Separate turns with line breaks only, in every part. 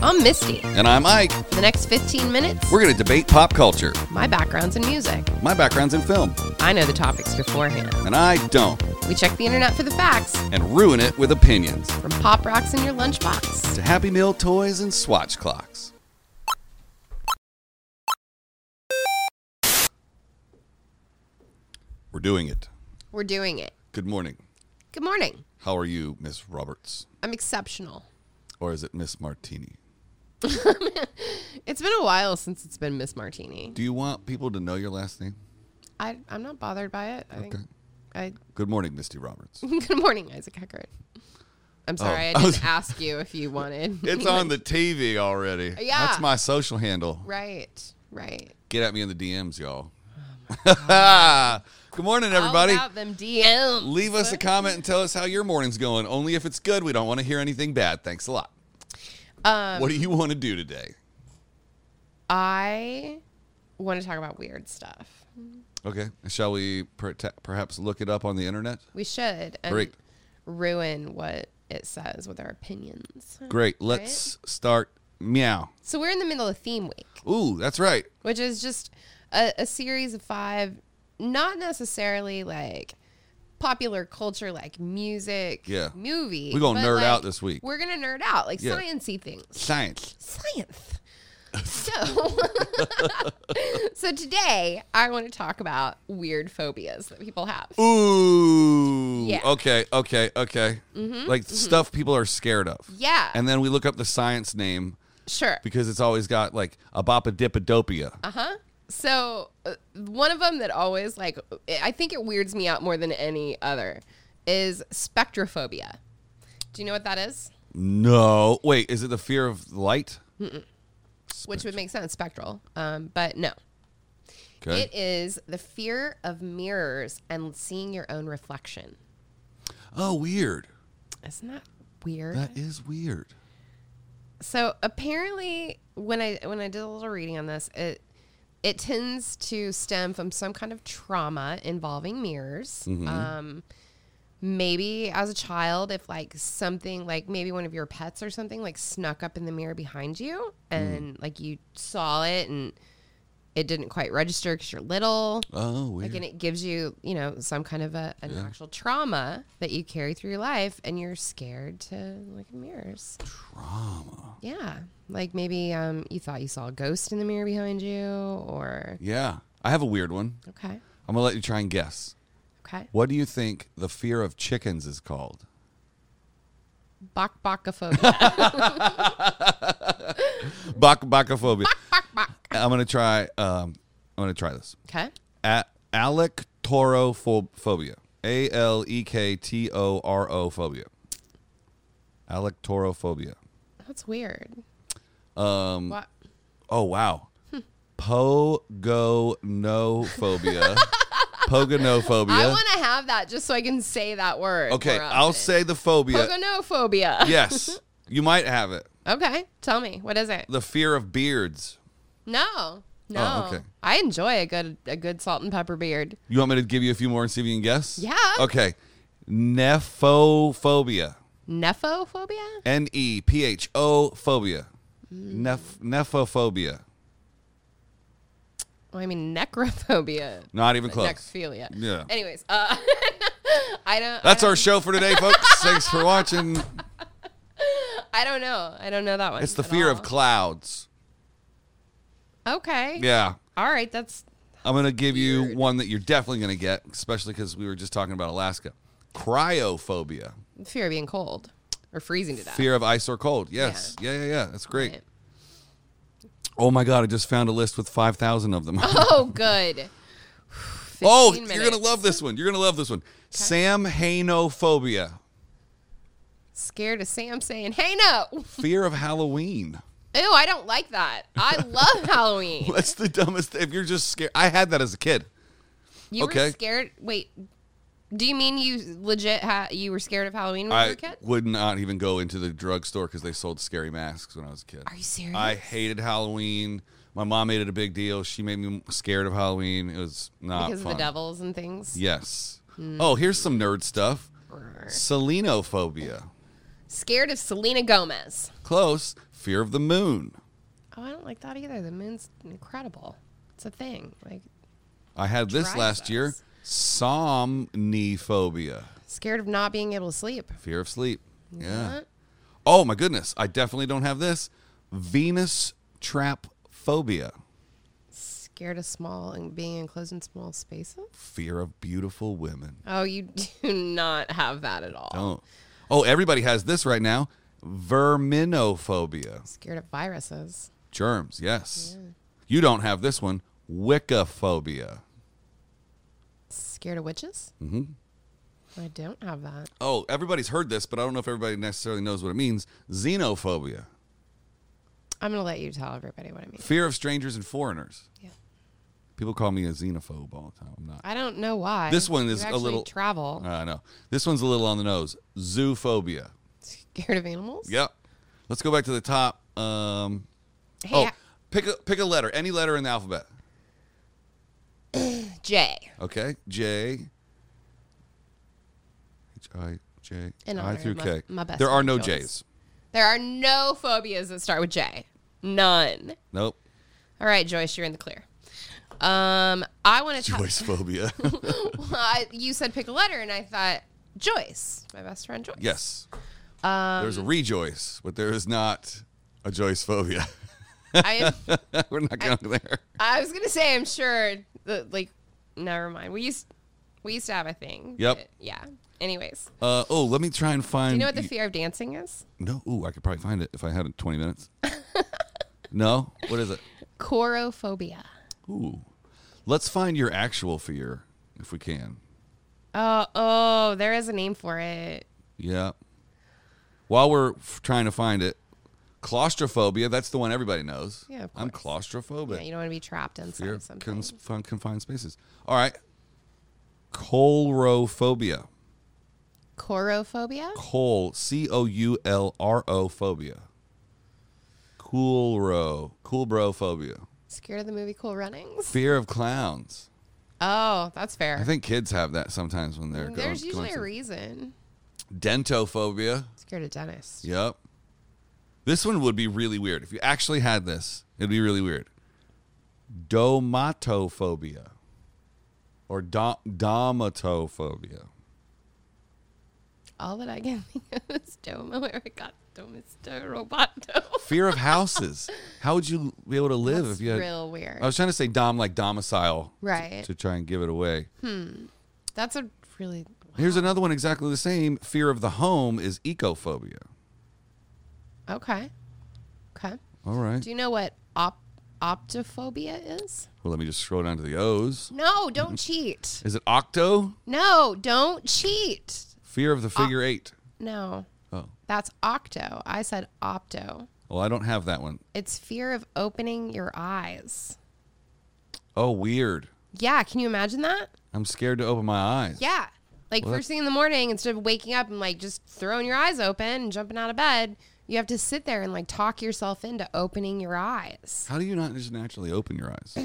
I'm Misty.
And I'm Ike.
For the next 15 minutes,
We're going to debate pop culture.
my background's in music.
My background's in film,
I know the topics beforehand.
and I don't,
We check the internet for the facts,
and ruin it with opinions.
from pop rocks in your lunchbox.
To Happy Meal toys and swatch clocks. We're doing it.
We're doing it.
Good morning.
Good morning.
How are you, Miss Roberts?
I'm exceptional.
Or is it Miss Martini?
It's been a while since it's been Miss Martini.
Do you want people to know your last name?
I, I'm not bothered by it. I think. I,
Good morning, Misty Roberts.
good morning, Isaac Heckert. I'm sorry, I
I
didn't
was-
ask you if you wanted.
It's on the TV already.
Yeah.
That's my social handle.
right, right.
Get at me in the DMs, y'all.
Oh,
Good morning, everybody.
All about them DMs.
Leave us a comment and tell us how your morning's going. Only if it's good, we don't want to hear anything bad. Thanks a lot.
Um,
what do you want to do today?
I want to talk about weird stuff.
Okay. Shall we per- ta- perhaps look it up on the internet?
We should and
Great.
ruin what it says with our opinions.
Great. Let's start. Meow.
So we're in the middle of theme week,
Ooh, that's right.
which is just a, a series of five, not necessarily like popular culture, like music,
Yeah.
movie.
We gonna
but,
nerd
like,
out this week.
We're gonna nerd out like
Yeah.
sciency things,
Science.
science. So, so today I want to talk about weird phobias that people have.
Ooh.
Yeah. Mm-hmm,
Okay. Okay. Okay. Like stuff people are scared of.
Yeah.
And then we look up the science name
Sure.
because it's always got like a bopadipidopia.
Huh? So uh, one of them that always like I think it weirds me out more than any other is spectrophobia. Do you know what that is?
No. Wait, is it the fear of light?
Which would make sense, spectral. Um, but no,
Okay.
it is the fear of mirrors and seeing your own reflection.
oh, weird.
Isn't that weird?
That is weird.
so apparently, when I when I did a little reading on this, it it tends to stem from some kind of trauma involving mirrors. Um, maybe as a child if like something like maybe one of your pets or something like snuck up in the mirror behind you and like you saw it and it didn't quite register because you're little
Oh,
like
weird.
and it gives you you know some kind of a, an actual trauma that you carry through your life and you're scared to look in mirrors trauma yeah like maybe um you thought you saw a ghost in the mirror behind you or
yeah. I have a weird one.
okay
I'm going to let you try and guess.
okay
What do you think the fear of chickens is called?
bok bokophobia
Bak bakophobia.
bok bok
I'm going to try um I'm going to try this.
okay
A- alectorophobia. A L E K T O R O phobia. Alectorophobia.
that's weird
Um
What?
Oh wow. Pogonophobia.
I
Pogonophobia.
want to have that just so I can say that word.
Okay,
more
I'll
often.
say the phobia.
Pogonophobia.
yes. You might have it.
Okay, tell me what is it?
The fear of beards.
No, no.
Oh, okay.
I enjoy a good a good salt and pepper beard.
You want me to give you a few more and see if you can guess?
Yeah.
Okay. Nephophobia.
Nephophobia.
N E P H O phobia.
Mm.
Neph- nephophobia.
Well, I mean necrophobia.
Not even close.
Necrophilia.
Yeah.
Anyways, uh, I don't.
That's
I don't,
our show for today, folks. Thanks for watching.
I don't know. I don't know that one.
It's the
at
fear of
all.
clouds.
okay.
Yeah.
All right. That's
I'm going to give you one that you're definitely going to get, especially because we were just talking about Alaska. Cryophobia.
fear of being cold or freezing to death.
Fear of ice or cold. Yes. Yeah, yeah, yeah. That's great. Oh my God, I just found a list with 5,000 of them.
Oh, good.
oh,
15
you're going to
minutes.
love this one. You're going to love this one. Samhainophobia.
Scared of Sam saying, "Hey, no."
Fear of Halloween.
Ew, I don't like that. I love Halloween.
That's the dumbest. If you're just scared, I had that as a kid.
You
Okay.
were scared. Wait, do you mean you legit? Ha- you were scared of Halloween when you were
I
a kid?
would not even go into the drugstore because they sold scary masks when I was a kid.
Are you serious?
I hated Halloween. My mom made it a big deal. She made me scared of Halloween. It was not
because of the Hmm.
fun.
devils and things.
Yes. Oh, here's some nerd stuff. Selenophobia.
Scared of Selena Gomez.
Close. Fear of the moon.
Oh, I don't like that either. The moon's incredible. It's a thing. Like
I had this
Drives
last year.
us.
Somniphobia.
scared of not being able to sleep.
Fear of sleep. Yeah.
What?
Oh my goodness. I definitely don't have this. Venus trap phobia.
Scared of small and being enclosed in small spaces.
Fear of beautiful women.
Oh, you do not have that at all.
Oh. Oh, everybody has this right now. Verminophobia.
Scared of viruses.
Germs, yes. You don't have this one. Wiccaphobia.
Scared of witches? Mm-hmm. I don't have that.
Oh, everybody's heard this, but I don't know if everybody necessarily knows what it means. Xenophobia.
I'm gonna let you tell everybody what I mean.
Fear of strangers and foreigners.
Yeah.
People call me a xenophobe all the time. I'm not.
I don't know why.
This one
You
is a
actually
little-
travel.
I know. This one's a little on the nose. Zoophobia.
Scared of animals?
Yep. Let's go back to the top. Um,
Hey,
oh,
I-
pick a pick a letter. Any letter in the alphabet.
Jay.
Okay. J. H I J.
In
I
honor
through
of my-
K.
my best
there are
friend
no
Joyce.
J's.
There are no phobias that start with J. None.
Nope.
All right, Joyce, you're in the clear. Um, I want to talk.
Joyce phobia.
I- you said pick a letter, and I thought Joyce, my best friend Joyce.
yes. There's a rejoice, but there is not a Joyce phobia.
I,
We're not going there.
I was gonna say, I'm sure. The, like, never mind. We used we used to have a thing.
Yep.
but yeah. Anyways,
Uh, oh, let me try and find.
you know what the fear of dancing is?
No. Ooh, I could probably find it if I had it 20 minutes. no? What is it?
Chorophobia.
Ooh. Let's find your actual fear if we can.
Oh, oh, there is a name for it.
Yeah. While we're f- trying to find it, claustrophobia, that's the one everybody knows.
Yeah, of
I'm
course.
claustrophobic.
Yeah, you don't want to be trapped inside
fear
of
of
something.
cons- fun- confined spaces. All right. Colrophobia.
Chorophobia.
Col, C O U L R O phobia. Cool row, cool bro phobia.
Scared of the movie Cool Runnings?
Fear of clowns.
Oh, that's fair.
I think kids have that sometimes when they're going.
Mm, There's usually
going
a
to-
reason.
dentophobia.
Scared of dentists.
Yep. This one would be really weird if you actually had this. It'd be really weird. Domatophobia, or do- domatophobia.
All that I can think of is Domo, Arigato, Mr. Roboto.
Fear of houses. How would you be able to live
That's
if you had?
real weird.
I was trying to say dom like domicile, to-
Right.
To try and give it away.
That's a really.
Here's another one exactly the same. Fear of the home is ecophobia.
Okay. Okay.
All right.
Do you know what op- optophobia is?
well, let me just scroll down to the O's.
No, don't cheat.
Is it octo?
No, don't cheat.
Fear of the figure eight.
No.
Oh.
That's octo. I said opto.
Well, I don't have that one.
It's fear of opening your eyes.
Oh, weird.
Yeah, can you imagine that?
I'm scared to open my eyes.
Yeah. Like
Well,
first thing in the morning, instead of waking up and like just throwing your eyes open and jumping out of bed, you have to sit there and like talk yourself into opening your eyes.
How do you not just naturally open your eyes?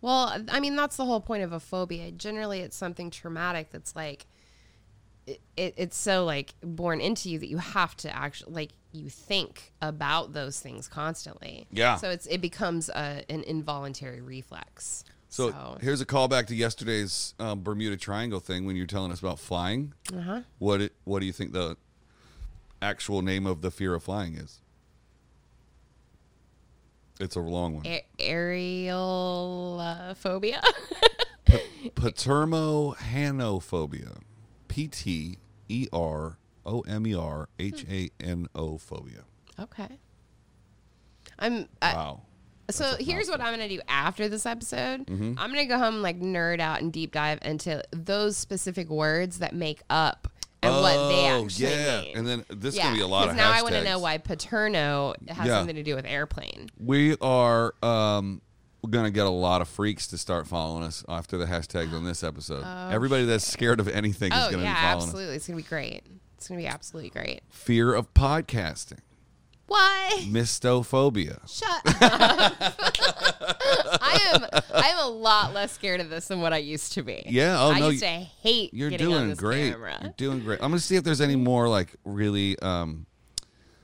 Well, I mean, that's the whole point of a phobia. Generally, it's something traumatic that's like, it, it, it's so like born into you that you have to actually like you think about those things constantly.
Yeah.
So it's it becomes a, an involuntary reflex.
So,
So,
here's a callback to yesterday's um, Bermuda Triangle thing when you were telling us about flying.
uh-huh.
What it, What do you think the actual name of the fear of flying is? It's a long one.
A- aerial uh, phobia.
Patermohanophobia. P T E R O M E R H A N O phobia.
okay. I'm. I,
Wow.
So here's what I'm gonna do after this episode.
Mm-hmm.
I'm gonna go home and like nerd out and deep dive into those specific words that make up and what they
Oh,
actually
yeah.
mean.
And then this is going to be a lot
'cause
of
now I
want
wanna know why paterno has
Yeah.
something to do with airplane.
We are um, going to get a lot of freaks to start following us after the hashtags on this episode. Everybody that's scared of anything is
Oh
going to
yeah,
be following us.
absolutely. It's gonna be great. It's gonna be absolutely great.
Fear of podcasting,
Why?
mistophobia.
Shut up. I am I am a lot less scared of this than what I used to be.
Yeah, oh,
I
no,
used to hate
You're
getting on
doing
this
great.
camera.
You're doing great. I'm going to see if there's any more like really um,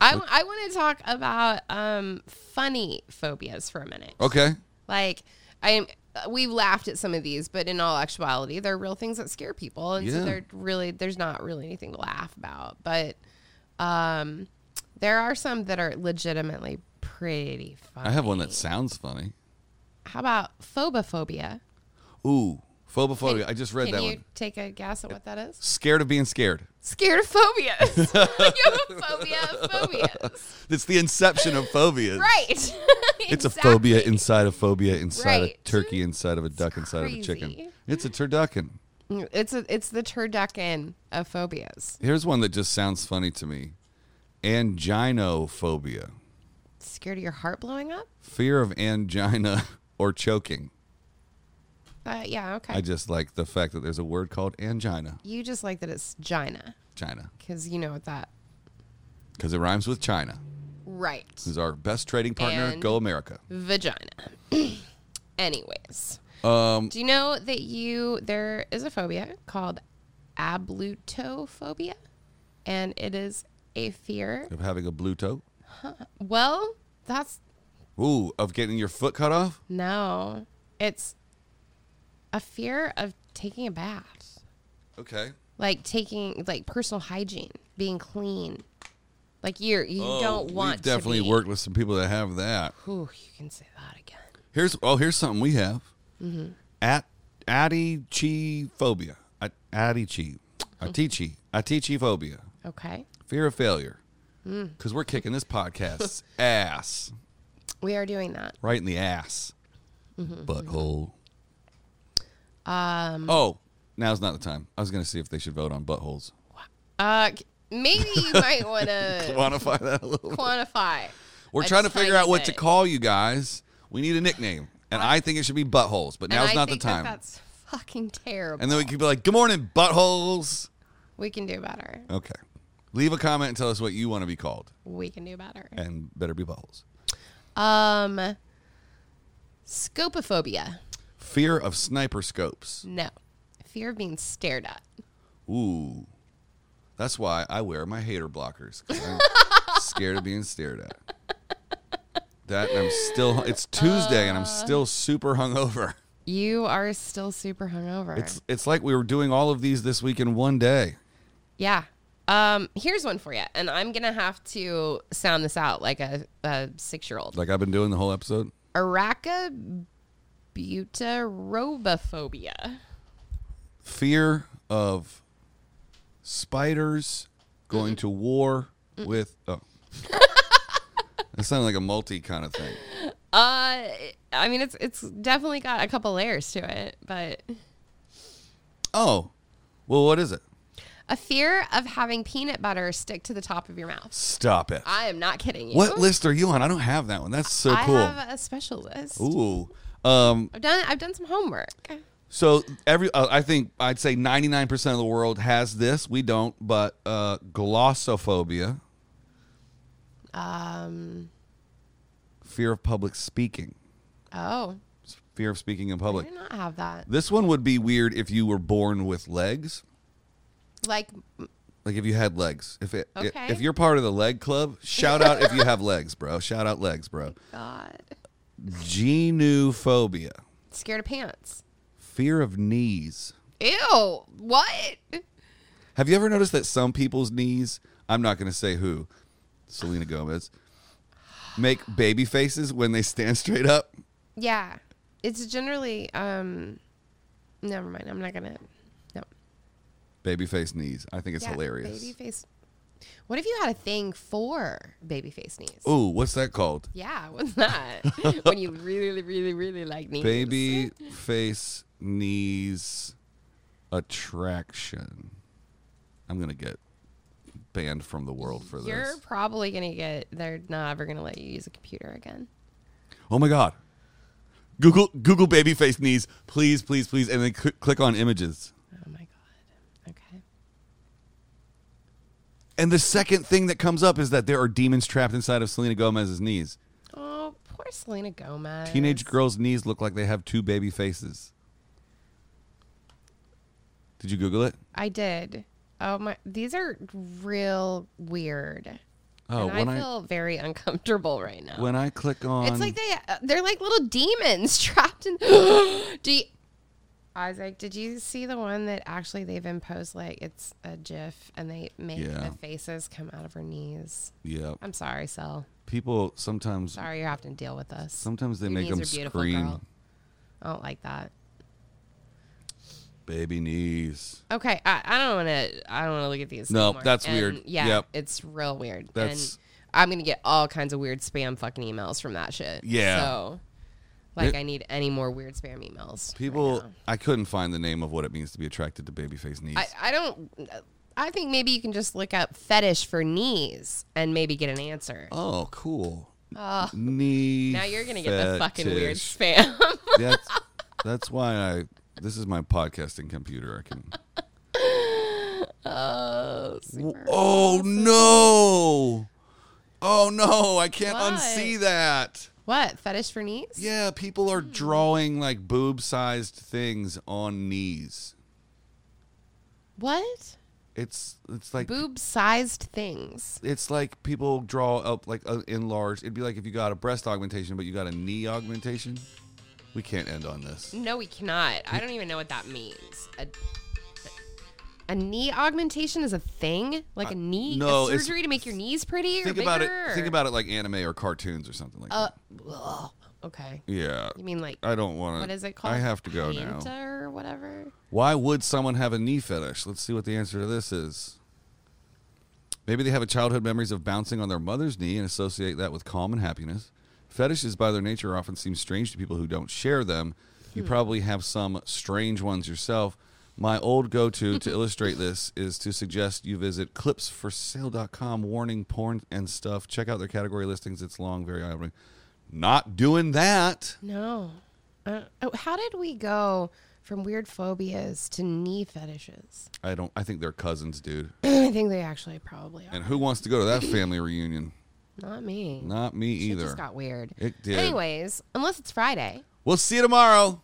I, I want to talk about um, funny phobias for a minute.
Okay.
Like I am we've laughed at some of these, but in all actuality, they're real things that scare people and
Yeah.
so they're really there's not really anything to laugh about, but um there are some that are legitimately pretty funny.
I have one that sounds funny.
How about phobophobia?
Ooh, phobophobia. I just read
Can
that
you
one.
take a guess at what that is?
Scared of being scared.
Scared of phobias. you have a phobia of phobias.
It's the inception of phobias.
Right.
It's
Exactly.
a phobia inside a phobia inside
Right.
a turkey inside of a duck inside of a chicken.
crazy.
It's a turducken.
It's a, it's the turducken of phobias.
Here's one that just sounds funny to me. Anginophobia.
Scared of your heart blowing up?
Fear of angina or choking.
Uh, yeah, okay.
I just like the fact that there's a word called angina.
you just like that it's Gina
China.
because you know what that.
Because it rhymes with China.
Right.
Who's our best trading partner?
And-
Go America.
Vagina. Anyways,
Um,
do you know that you there is a phobia called ablutophobia, and it is a fear.
of having a blue toe.
Well, that's
Ooh, of getting your foot cut off?
no. It's a fear of taking a bath.
Okay.
like taking like personal hygiene, being clean. Like you're you
Oh,
don't want
We've definitely
to be,
worked with some people that have that.
Ooh, you can say that again.
Here's oh, here's something we have.
Mm-hmm.
At Adichi phobia. Adichi.
Oh.
Atichi. Atichi phobia.
Okay.
Fear of failure. Because we're kicking this podcast's ass.
We are doing that.
Right in the ass.
Mm-hmm.
Butthole. Um Oh, now's not the time. I was gonna see if they should vote on buttholes.
Uh c- maybe you might want to
Quantify that a little.
quantify.
We're
a
trying to figure
tiny
out what to
bit.
call you guys. We need a nickname. And I think it should be buttholes, but
And
now's
I
not the
think that
time.
that's fucking terrible.
and then we could be like, Good morning, buttholes.
we can do better.
Okay. Leave a comment and tell us what you want to be called.
We can do better.
And better be buttholes.
Um scopophobia.
Fear of sniper scopes.
No. Fear of being stared at.
Ooh. That's why I wear my hater blockers. 'cause I'm scared of being stared at. That and I'm still it's Tuesday
Uh.
and I'm still super hungover.
You are still super hungover.
It's it's like we were doing all of these this week in one day.
Yeah. Um, here's one for you, and I'm gonna have to sound this out like a, a six year old.
Like I've been doing the whole episode.
Arachabuterobophobia.
fear of spiders going to war with oh that sounded like a multi kind of thing
Uh, I mean, it's it's definitely got a couple layers to it, but
oh well what is it
a fear of having peanut butter stick to the top of your mouth.
stop it
I am not kidding you.
what list are you on i don't have that one that's so
I
cool
have a special list.
ooh um
I've done I've done some homework.
so every uh, i think i'd say 99% of the world has this we don't but uh glossophobia
Um,
fear of public speaking
oh,
fear of speaking in
I
public
do not have that.
this one would be weird if you were born with legs
Like,
Like if you had legs, if it, i-
Okay.
if you're part of the leg club, shout out if you have legs, bro. Shout out legs, bro.
God,
Genophobia,
scared of pants.
fear of knees.
Ew, what?
Have you ever noticed that some people's knees? I'm not going to say who, Selena Gomez, make baby faces when they stand straight up.
Yeah. It's generally um never mind, I'm not gonna no.
Baby face knees. I think it's
Yeah,
hilarious.
Baby face What if you had a thing for baby face knees?
Ooh, what's that called?
Yeah, what's that? when you really, really, really like knees.
Baby face knees attraction. I'm gonna get banned from the world for this.
You're probably gonna get they're not ever gonna let you use a computer again.
Oh my god. Google Google baby face knees, please, please, please, and then cl- click on images.
Oh my god. Okay.
And the second thing that comes up is that there are demons trapped inside of Selena Gomez's knees.
Oh, poor Selena Gomez.
Teenage girls' knees look like they have two baby faces. Did you Google it?
I did. Oh my these are real weird.
Oh,
and
when
I
I-
feel very uncomfortable right now.
When I click on,
it's like they uh, they're like little demons trapped in. Do you, Isaac, did you see the one that actually they've imposed like it's a GIF and they make
Yeah.
the faces come out of her knees?
yeah,
I'm sorry, Sel.
people sometimes
Sorry, you're having to deal with us.
sometimes they
Your
make
knees
them
are beautiful,
scream,
girl. I don't like that.
baby knees.
Okay, I, I don't want to. I don't want to look at these.
No,
anymore.
that's
And,
weird.
Yeah,
Yep.
it's real weird.
That's-
and I'm gonna get all kinds of weird spam fucking emails from that shit.
Yeah.
So, like,
It-
I need any more weird spam emails. right
People,
now.
I couldn't find the name of what it means to be attracted to babyface knees.
I, I don't. I think maybe you can just look up fetish for knees and maybe get an answer.
oh, cool. Knee.
Oh. now you're gonna get the fucking weird
fetish.
spam.
that's that's why I. This is my podcasting computer. I can.
oh,
Oh no! Oh no! I can't
Why?
unsee that.
what fetish for knees?
Yeah, people
Hmm.
are drawing like boob-sized things on knees.
What
It's it's like
boob-sized things?
it's like people draw up like uh, enlarged. It'd be like if you got a breast augmentation, but you got a knee augmentation. We can't end on this.
No, we cannot. I don't even know what that means. A, a knee augmentation is a thing, like a knee a
Uh, no, it's-
surgery to make your knees pretty.
Think
or
about it.
bigger?
Think about it like anime or cartoons or something like
Uh,
that.
ugh. okay.
Yeah,
You mean like
I don't want to.
what is it called?
I have to go now.
Hanta or whatever.
Why would someone have a knee fetish? Let's see what the answer to this is. Maybe they have a childhood memories of bouncing on their mother's knee and associate that with calm and happiness. Fetishes, by their nature, often seem strange to people who don't share them. You probably have some strange ones yourself. My old go to to illustrate this is to suggest you visit clipsforsale.com, warning porn and stuff. Check out their category listings. It's long, very eye opening. Not doing that.
No. Uh, oh, how did we go from weird phobias to knee fetishes?
I don't, I think they're cousins, dude.
I think they actually probably are.
And who wants to go to that family reunion?
Not me.
Not me
It
either.
just got weird.
It did.
Anyways, unless it's Friday.
We'll see you tomorrow.